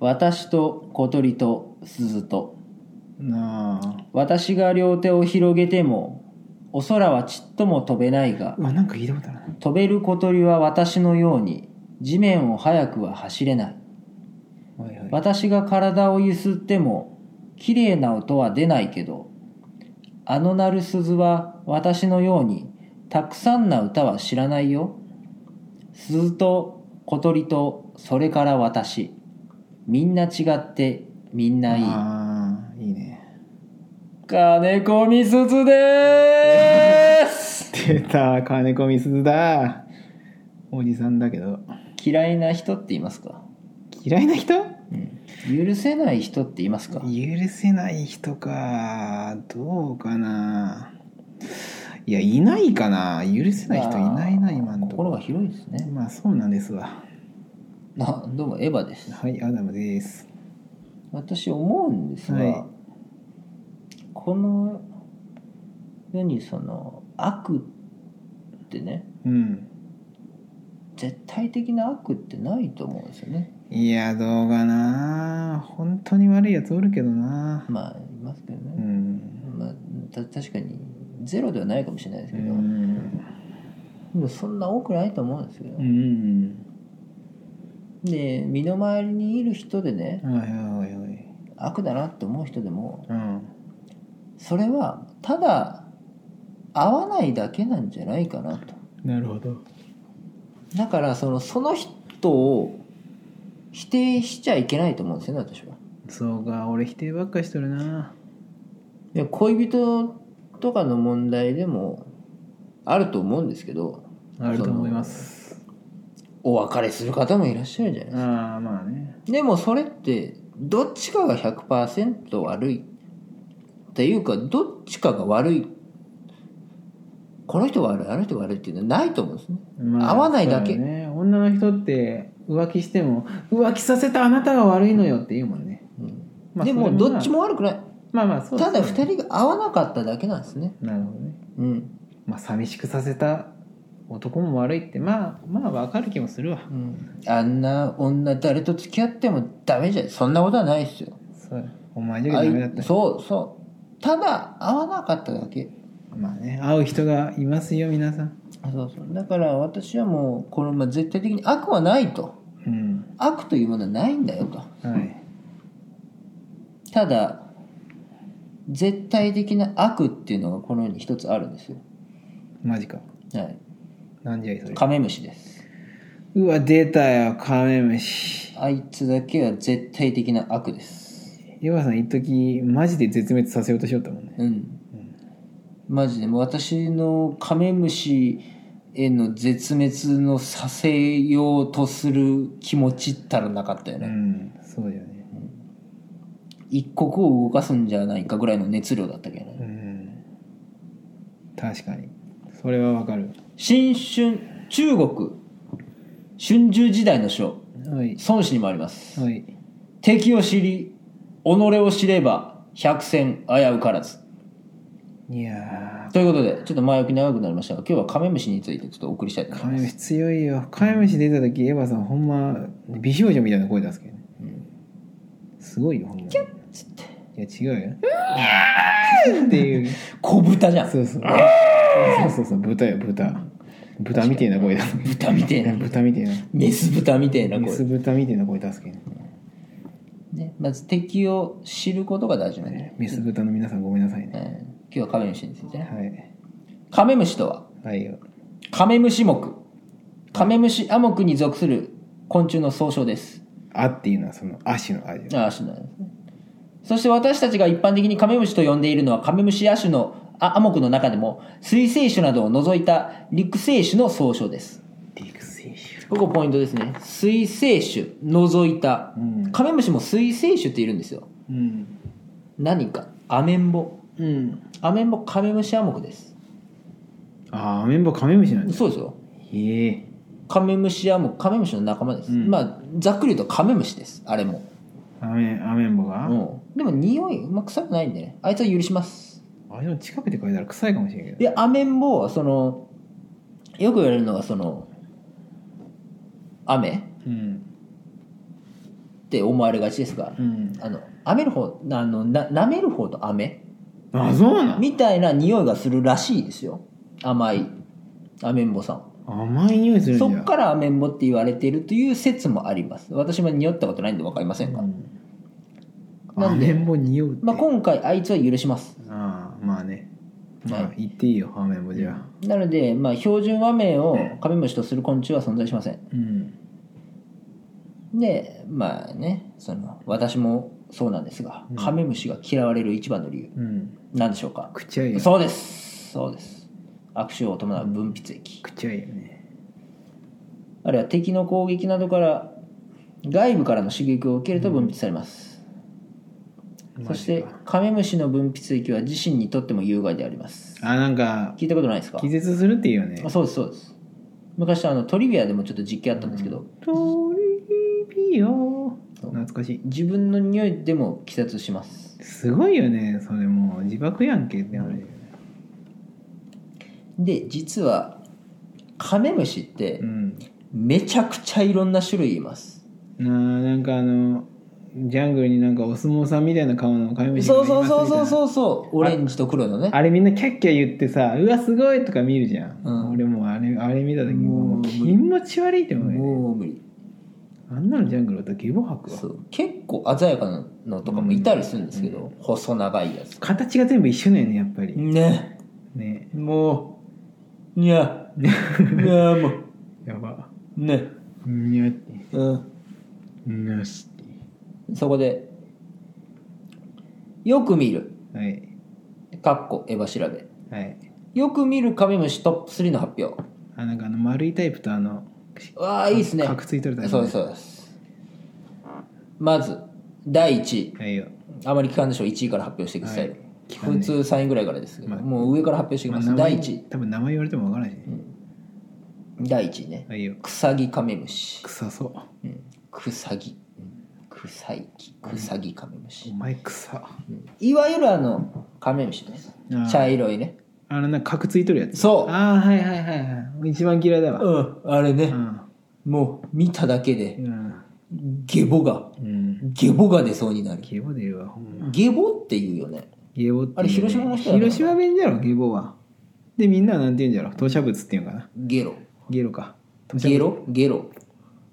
私と小鳥と鈴となあ私が両手を広げてもお空はちっとも飛べないがうわなんか聞いたことあるな飛べる小鳥は私のように地面を速くは走れないはいはい私が体をゆすっても綺麗な音は出ないけどあの鳴る鈴は私のようにたくさんな歌は知らないよ鈴と小鳥とそれから私みんな違ってみんないいああいいね金子みすずでーす出た金子みすずだおじさんだけど嫌いな人っていますか嫌いな人許せない人っていますか許せない人かどうかないやいないかな許せない人いないな今のとこ心ろが広いですねまあそうなんですわあどうもエヴァですはいアダムです私思うんですが、はいこの世にその悪ってねうん絶対的な悪ってないと思うんですよねいやどうかな本当に悪いやつおるけどなまあいますけどうね、んまあ、た確かにゼロではないかもしれないですうけど、んでもそんな多くないと思うんですよ、うんで身の回りにいる人でねはいはいはい悪だなって思う人でもうんそれはただ合わないだけなんじゃないかなとなるほどだからそのその人を否定しちゃいけないと思うんですよね私はそうか俺否定ばっかしとるないや恋人とかの問題でもあると思うんですけどあると思いますお別れする方もいらっしゃるじゃないですかああまあねでもそれってどっちかが100%悪いっていうかどっちかが悪いこの人悪いあの人悪いっていうのはないと思うんですねま合わないだけそうね、女の人って浮気しても浮気させたあなたが悪いのよって言うもんね、まあでもそれどまあっちも悪くないまあまあそうですたねだ2人が合わなかっただけなんですねなるほどねうん、まあ寂しくさせた男も悪いってまあまあわかる気もするわうん、あんな女誰と付き合ってもダメじゃんそんなことはないですよそうお前じゃダメだったあいそうそうただ合わなかっただけまあね会う人がいますよ皆さんそうそうだから私はもうこの、まあ、絶対的に悪はないとうん悪というものはないんだよとはいただ絶対的な悪っていうのがこの世に一つあるんですよマジかはいなんじゃいそれカメムシですうわ出たよカメムシあいつだけは絶対的な悪ですヨガさん一時マジで絶滅させようとしよったもんねうん、マジでもう私のカメムシへの絶滅のさせようとする気持ちったらなかったようね、んそうだよね一刻を動かすんじゃないかぐらいの熱量だったけどね、うん確かにそれはわかる新春中国春秋時代の書はい孫子にもありますはい敵を知り己を知れば百戦危うからずいやということでちょっと前置き長くなりましたが今日はカメムシについてちょっとお送りしたいと思ーいカますメムシ強いよカメムシ出た時エヴァさんほんま美少女みたいな声出すけどね、すごいよほんまにつっていや違うよっていう小豚じゃんそうそうそうそうそう豚よ豚豚みたいな声出す豚みてえな豚みたいなメス豚みてえなメス声、豚みたいな声出すけどねね、まず敵を知ることが大事なんで、メス豚の皆さんごめんなさいねえー今日はカメムシについてねはいカメムシとははいよカメムシ目カメムシア目に属する昆虫の総称ですあっていうのはその足の味あ種なんですねそして私たちが一般的にカメムシと呼んでいるのはカメムシ亜種のあ亜目の中でも水生種などを除いた陸生種の総称です陸生種ここポイントですね水生種除いた、うんカメムシも水生種っているんですようん何かアメンボうんアメンボカメムシ亜目ですああアメンボカメムシなんですそうですよへえカメムシ亜目カメムシの仲間です、うんまあざっくり言うとカメムシですあれも、アメアメンボが、うん、でも匂い、まあ、臭くないんでねあいつは許しますあれでも近くで嗅いだら臭いかもしれんけどでアメンボはそのよく言われるのがその雨うんって思われがちですが、うんあの舐める方あのな舐める方と飴あそうなのみたいな匂いがするらしいですよ甘いアメンボさん甘い匂いするんだそっからアメンボって言われているという説もあります私も匂ったことないんで分かりませんが、うん、なんでアメンボ匂うって、まあ、今回あいつは許しますああまあねまあは言っていいよアメンボじゃあなので、まあ、標準和名をカメムシとする昆虫は存在しませんうんでまあねその私もそうなんですがうんカメムシが嫌われる一番の理由うんなんでしょうかくちゃいよそうですそうです悪臭を伴う分泌液くちゃいよねあるいは敵の攻撃などから外部からの刺激を受けると分泌されます、そしてマジかカメムシの分泌液は自身にとっても有害でありますあなんか聞いたことないですか気絶するっていうよねあそうですそうです昔あのトリビアでもちょっと実験あったんですけど、トリビア懐かしい自分の匂いでも気絶しますすごいよねそれもう自爆やんけって話だよねで実はカメムシってうんめちゃくちゃいろんな種類います、なあなんかあのジャングルになんかお相撲さんみたいな顔のカメムシがいそまうすみたそいうなそうそうそうそうオレンジと黒のねあれみんなキャッキャ言ってさ「うわすごい!」とか見るじゃん、うん俺もうあれあれ見た時ももうう気持ち悪いって思うよねもう無理あんなのジャングルだとゲボ吐くわそう結構鮮やかなのとかもいたりするんですけど、うん細長いやつ形が全部一緒だよねやっぱり、ねねもうにゃにゃもうやばねにゃってうんにゃしそこでよく見るてはいかっこエヴァ調べはいよく見るカメムシトップ3の発表あなんかあの丸いタイプとあのわあいいですね角ついとるタイプそうですそうですまず第1位はいよあまり聞かんでしょう1位から発表していくスタイル、はい聞かない普通3位ぐらいからですけど、まあもう上から発表していきます、まあ第名前1位多分名前言われてもわからないしね、第1位ねはいよクサギカメムシ臭そうクサギうんクサイキクサギカメムシお前臭いわゆるあのカメムシですあー茶色いねあのなんか角ついとるやつそうああはいはいはいはい一番嫌いだわうんあれねうんもう見ただけでうんゲボがうんゲボが出そうになるゲボ出るわほんまゲボって言うよねゲボってあれ広島の人だから広島弁じゃろゲボはでみんなはなんて言うんじゃろ投射物っていうんかなゲロゲロか投射物ゲロゲロ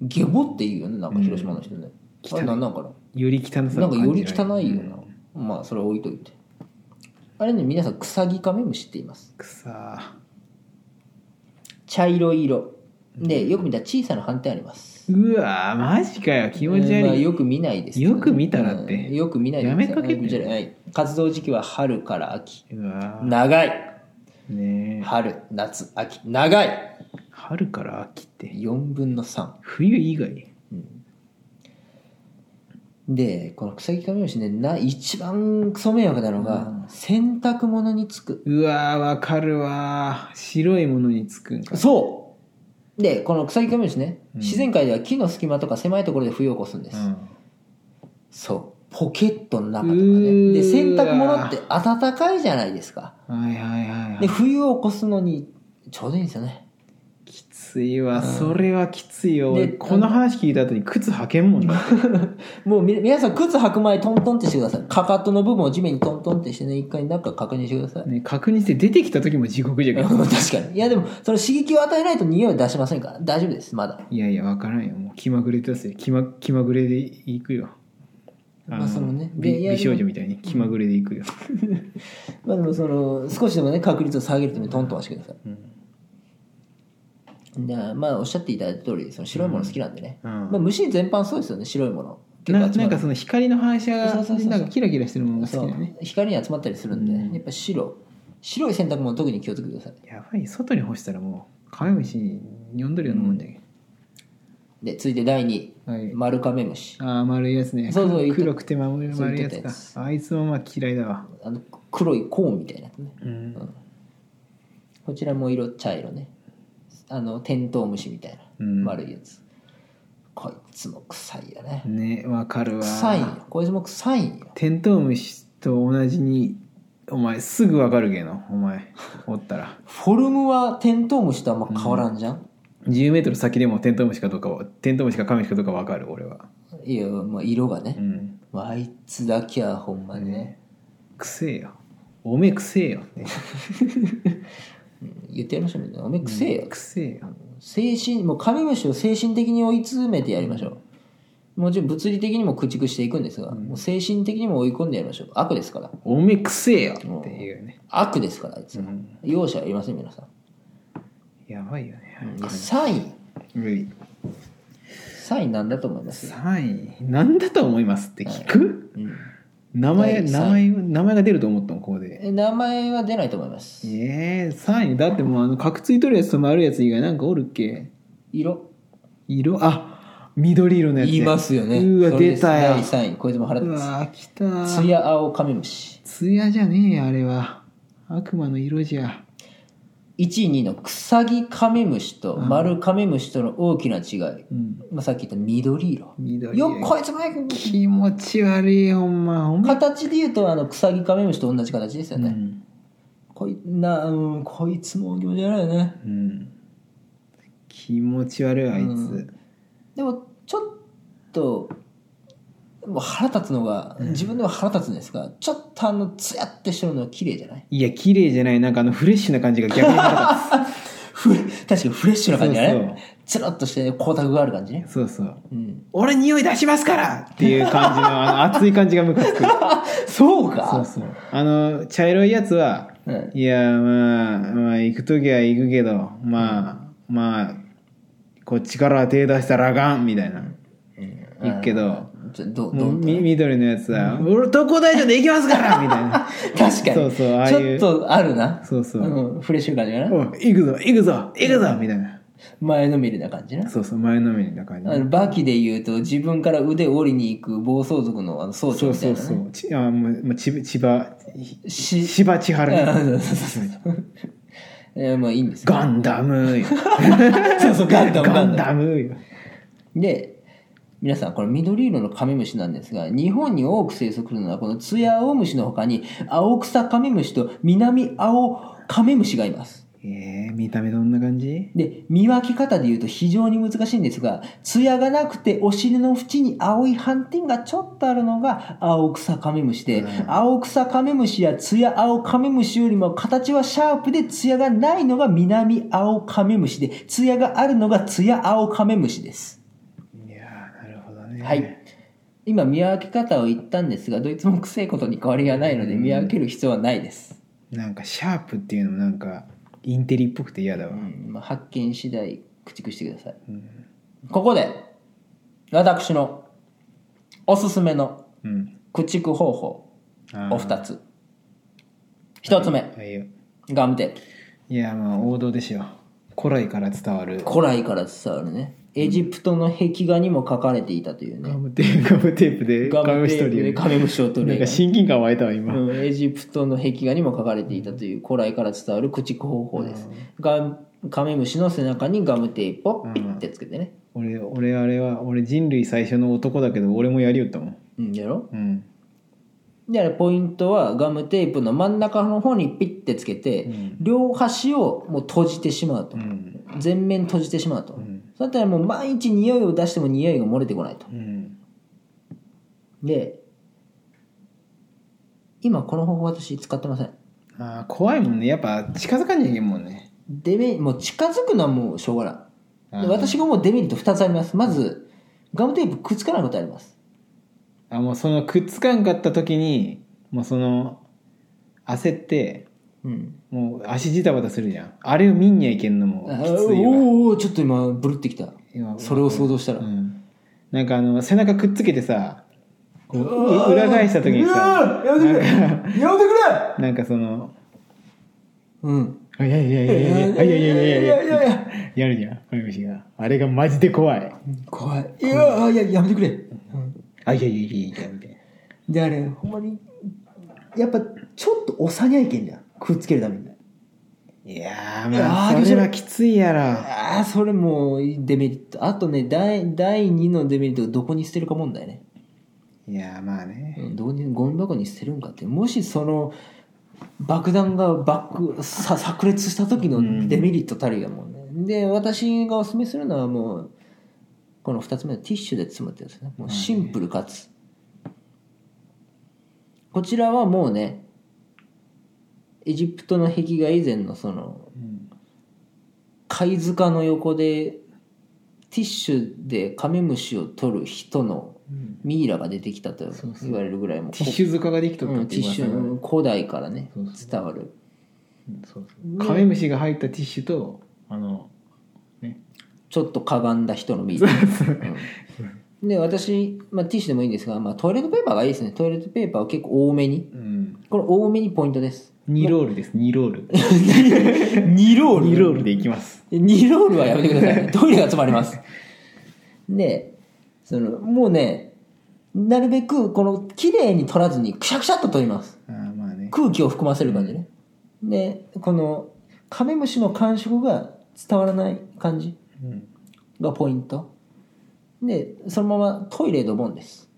ゲボって言うよねなんか広島の人ね、汚あいれなんなんかなより汚さなをん感かじるより汚いよな、まあそれ置いといてあれね皆さんクサギカメムシって言いますくさ茶色い色でよく見たら小さな斑点ありますうわーマジかよ気持ちうんまあ悪い、よく見ないですけどよく見たらってうんよく見ないでやめとけってくださいはい活動時期は春から秋うわー長いねえ春夏秋長い春から秋って4分の3冬以外でこの草木カメムシねな一番クソ迷惑なのが、洗濯物につくうわーわかるわー白いものにつくんかそうでこの草木カメムシね、うん自然界では木の隙間とか狭いところで冬を起こすんです、うんそうポケットの中とかうーねで洗濯物って暖かいじゃないですかはいはいはいはでい冬を起こすのにちょうどいいんですよねきついうわ、んそれはきついよで俺この話聞いた後に靴履けんもんな もうみ皆さん靴履く前トントンってしてくださいかかとの部分を地面にトントンってしてね一回中確認してくださいね確認して出てきた時も地獄じゃけど 確かにいやでもその刺激を与えないと匂いを出しませんから大丈夫ですまだいやいや分からんよもう気まぐれ出せ気ま気まぐれでいくよまあのそのね美でいや美少女みたいに気まぐれでいくよ、まあでもその少しでもね確率を下げるためにトントンはしてくださいうんでまあおっしゃっていただいた通りその白いもの好きなんでね、うんまあ、虫全般そうですよね白いものななんかそその光の反射がそうそうそうそうなんかキラキラしてるものが好うきだよね光に集まったりするんで、うんやっぱ白白い洗濯物特に気をつけてくださいやばい外に干したらもうカメムシ呼んどるようなもんじゃけ、で続いて第2位、はいマルカメムシああ丸いやつねそうそう黒言って黒くて丸いそう丸い言やっつてたかやつあいつもまあ嫌いだわ、あの黒いコーンみたいなやつねうんこちらも色茶色ねあのテントウムシみたいな、うん丸いやつこいつも臭いよねねわかるわ臭いんよこいつも臭いんよテントウムシと同じにお前すぐわかるけのお前おったらフォルムはテントウムシとあんま変わらんじゃん、 10メートル先でもテントウムシかどうかはテントウムシかカメムシかどうかわかる俺はいや、まあ、色がねう、んまああいつだけはほんまにね、くせえよおめえくせえよね言ってやりましょうみんなおめえくせえよ、くせえよ精神もうカメムシを精神的に追い詰めてやりましょうもちろん物理的にも駆逐していくんですが、うんもう精神的にも追い込んでやりましょう悪ですからおめえくせえよっていうね悪ですからあいつは、うん容赦ありません皆さんやばいよね3位うん3位なんだと思います、 3位なんだと思いますって聞くうん名前第三位名前名前が出ると思ったのここでえ名前は出ないと思いますええ3位だってもうあの角ついとるやつと丸いやつ以外なんかおるっけ色色あ緑色のやつ言いますよねうわそれです出たよ第3位こいつも腹う立わ来たつツヤ青カメムシツヤじゃねえよあれは悪魔の色じゃ1位2位のクサギカメムシと丸カメムシとの大きな違い、うんまあ、さっき言った緑色緑よっこいつも早く気持ち悪いほんまほんま形で言うとあのクサギカメムシと同じ形ですようね、ん、こいなうんこいつも気持ち悪いよねうん、気持ち悪いあいつ、うんでもちょっともう腹立つのが自分でも腹立つんですが、ちょっとあのツヤってしてるのは綺麗じゃ ないいや綺麗じゃないなんかあのフレッシュな感じが逆 に腹立フレ確かにフレッシュな感じだそうそうねつらっとして光沢がある感じねつそうそううん俺匂い出しますからっていう感じのあの熱い感じがムカつく そうそうそうあの茶色いやつはうんいやまあまあ行く時は行くけどまあまあこっちからは手出したらあかんみたいな言うけどちょどどもうんとみ緑のやつは「俺特攻隊長で行きますから!」みたいな 確かにそうそうああいうちょっとあるなそうそううん、フレッシュ感じが「なおい行くぞ行くぞ行くぞ!」みたいな前のめりな感じなそうそう前のめりな感じあのバキで言うと自分から腕折りに行く暴走族のあの総長そうみたそいうな、ね、そうちあもうもう千千葉し千葉千春みたいなうんそうそう えーまあいいんですよガンダムよそうそうガンダムガンダムよで皆さんこれ緑色のカメムシなんですが日本に多く生息するのはこのツヤアオムシの他にアオクサカメムシと南アオカメムシがいますえー、見た目どんな感じで見分け方で言うと非常に難しいんですがツヤがなくてお尻の縁に青い斑点がちょっとあるのがアオクサカメムシで、うんアオクサカメムシやツヤアオカメムシよりも形はシャープでツヤがないのが南アオカメムシでツヤがあるのがツヤアオカメムシですいやーなるほどねはい。今、見分け方を言ったんですが、どいつもくせえことに変わりがないので、見分ける必要はないです。なんかシャープっていうのもなんかインテリっぽくて嫌だわ、うんまあ、発見次第、駆逐してください。うんここで、私のおすすめのうん、駆逐方法、あーお二つ。一つ目、はいよガムテ。いやまあ王道でしょ古来から伝わる古来から伝わるね。エジプトの壁画にも書かれていたというガね。ムテープガムテープでガム一テープで人カメムシを取なる絵んかが。親近感湧いたわ今、うん、エジプトの壁画にも書かれていたという古来から伝わる駆逐方法です、ガムカメムシの背中にガムテープをピッてつけてね、俺俺あれは俺人類最初の男だけど俺もやりよったもんうん、やろうんであれポイントはガムテープの真ん中の方にピッてつけて、うん両端をもう閉じてしまうと、うん全面閉じてしまうと、んそうだったらもう毎日匂いを出しても匂いが漏れてこないとうんで今この方法私使ってませんあー怖いもんねやっぱ近づかにゃいけんもんねデメもう近づくのはもうしょうがないあでー私がもうデメリット2つありますまずガムテープくっつかないことありますあもうそのくっつかんかった時にもうその焦ってうんもう足ジタバタするじゃんあれを見んにゃいけんのもおきついわーおーちょっと今ブルってきた今それを想像したらうん、なんかあの背中くっつけてさこううわーう裏返した時にさうわーやめてくれやめてくれなんかそのうん「いやいやいやいやいやいやいやいやいやいややるじゃんカメムシがあれがマジで怖い怖いいやいややめてくれ、うん「あいやいやいやいや」みたいなであれほんまにやっぱちょっと押さにゃいけんじゃんくっつけるためにいやーまあそれはきついやろああそれもうデメリットあとね第第2のデメリットをどこに捨てるか問題ねいやーまあねどこにゴミ箱に捨てるんかってもしその爆弾が爆さ炸裂した時のデメリットたるやもんね、で私がおすすめするのはもうこの2つ目のティッシュで包むってやつねもうシンプルかつ、こちらはもうねエジプトの壁画以前のそのうん貝塚の横でティッシュでカメムシを取る人のうんミイラが出てきたとそうそう言われるぐらいもうティッシュ塚ができとったうんっティッて言いまシしたねュ古代からねそうそう伝わるうんそうそうカメムシが入ったティッシュとあのねちょっとかがんだ人のミイラ、うんで私、まあ、ティッシュでもいいんですが、まあ、トイレットペーパーがいいですねトイレットペーパーを結構多めにうんこれ多めにポイントです2ロールです2ロー ル2 2ロロールでいきます2ロールはやめてくださいね トイレが詰まりますでそのもうねなるべくこの綺麗に取らずにくしゃくしゃっと取りますあーまあね空気を含ませる感じねでこのカメムシの感触が伝わらない感じうんがポイントでそのままトイレドボンです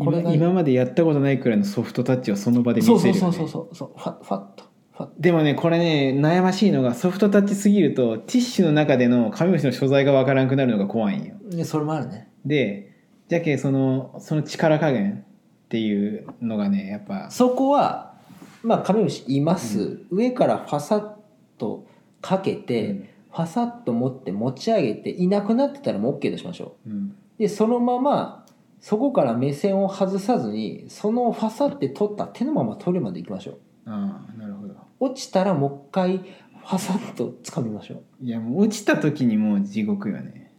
こ今れが今までやったことないくらいのソフトタッチをその場で見せそうる、そうね、そうそうそうそうファファッとファッとでもねこれね悩ましいのがソフトタッチすぎるとティッシュの中でのカメムシの所在がわからなくなるのが怖いんよでそれもあるねでじゃけそのその力加減っていうのがねやっぱそこはまあカメムシいます、上からファサッとかけて、うんファサッと持って持ち上げていなくなってたらもう OK としましょうんうでそのままそこから目線を外さずにそのファサって取った手のままトイレまで行きましょうああなるほど落ちたらもう一回ファサッと掴みましょういやもう落ちた時にもう地獄よね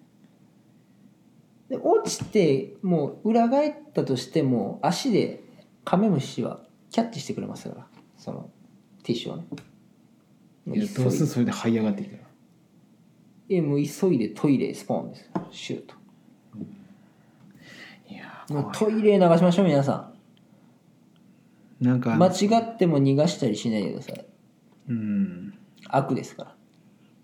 で落ちてもう裏返ったとしても足でカメムシはキャッチしてくれますからそのティッシュをねいやどうするそれで這い上がってきたら急いでもう急いでトイレスポーンですシュートいやーもう怖いトイレ流しましょう皆さなんかあんの間違っても逃がしたりしないでくださいうん悪ですから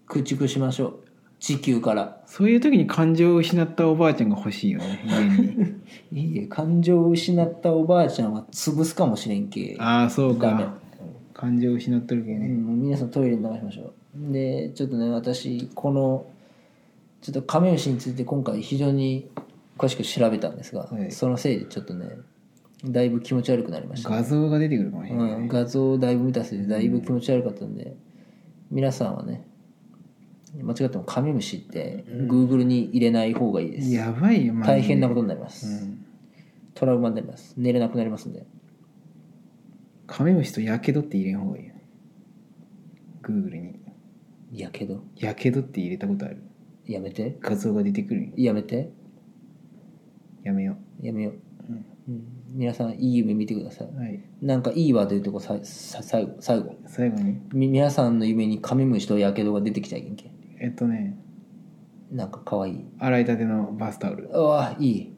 駆逐しましょう地球からそういう時に感情を失ったおばあちゃんが欲しいよね家 にいえ感情を失ったおばあちゃんは潰すかもしれんけああそうダメか感情を失っとるけうね、ん、もう皆さんトイレに流しましょうでちょっとね私このちょっとカメムシについて今回非常に詳しく調べたんですが、はいそのせいでちょっとねだいぶ気持ち悪くなりました、画像が出てくるかもしれうない、ん、画像をだいぶ見たせいでだいぶ気持ち悪かったんで、皆さんはね間違ってもカメムシってグーグルに入れない方がいいです、やばいよ、マジで大変なことになります、うんトラウマになります寝れなくなりますんでカメムシとやけどって入れん方がいいよグーグルにいやけどやけどって入れたことあるやめて画像が出てくるよやめてやめよやめよう、うんうん皆さんいい夢見てくださいうはいなんかいいワード言うとこささ最後最後最後にみ皆さんの夢にカメムシとやけどが出てきちゃいけんけえっとねなんかかわいい洗いたてのバスタオルああいい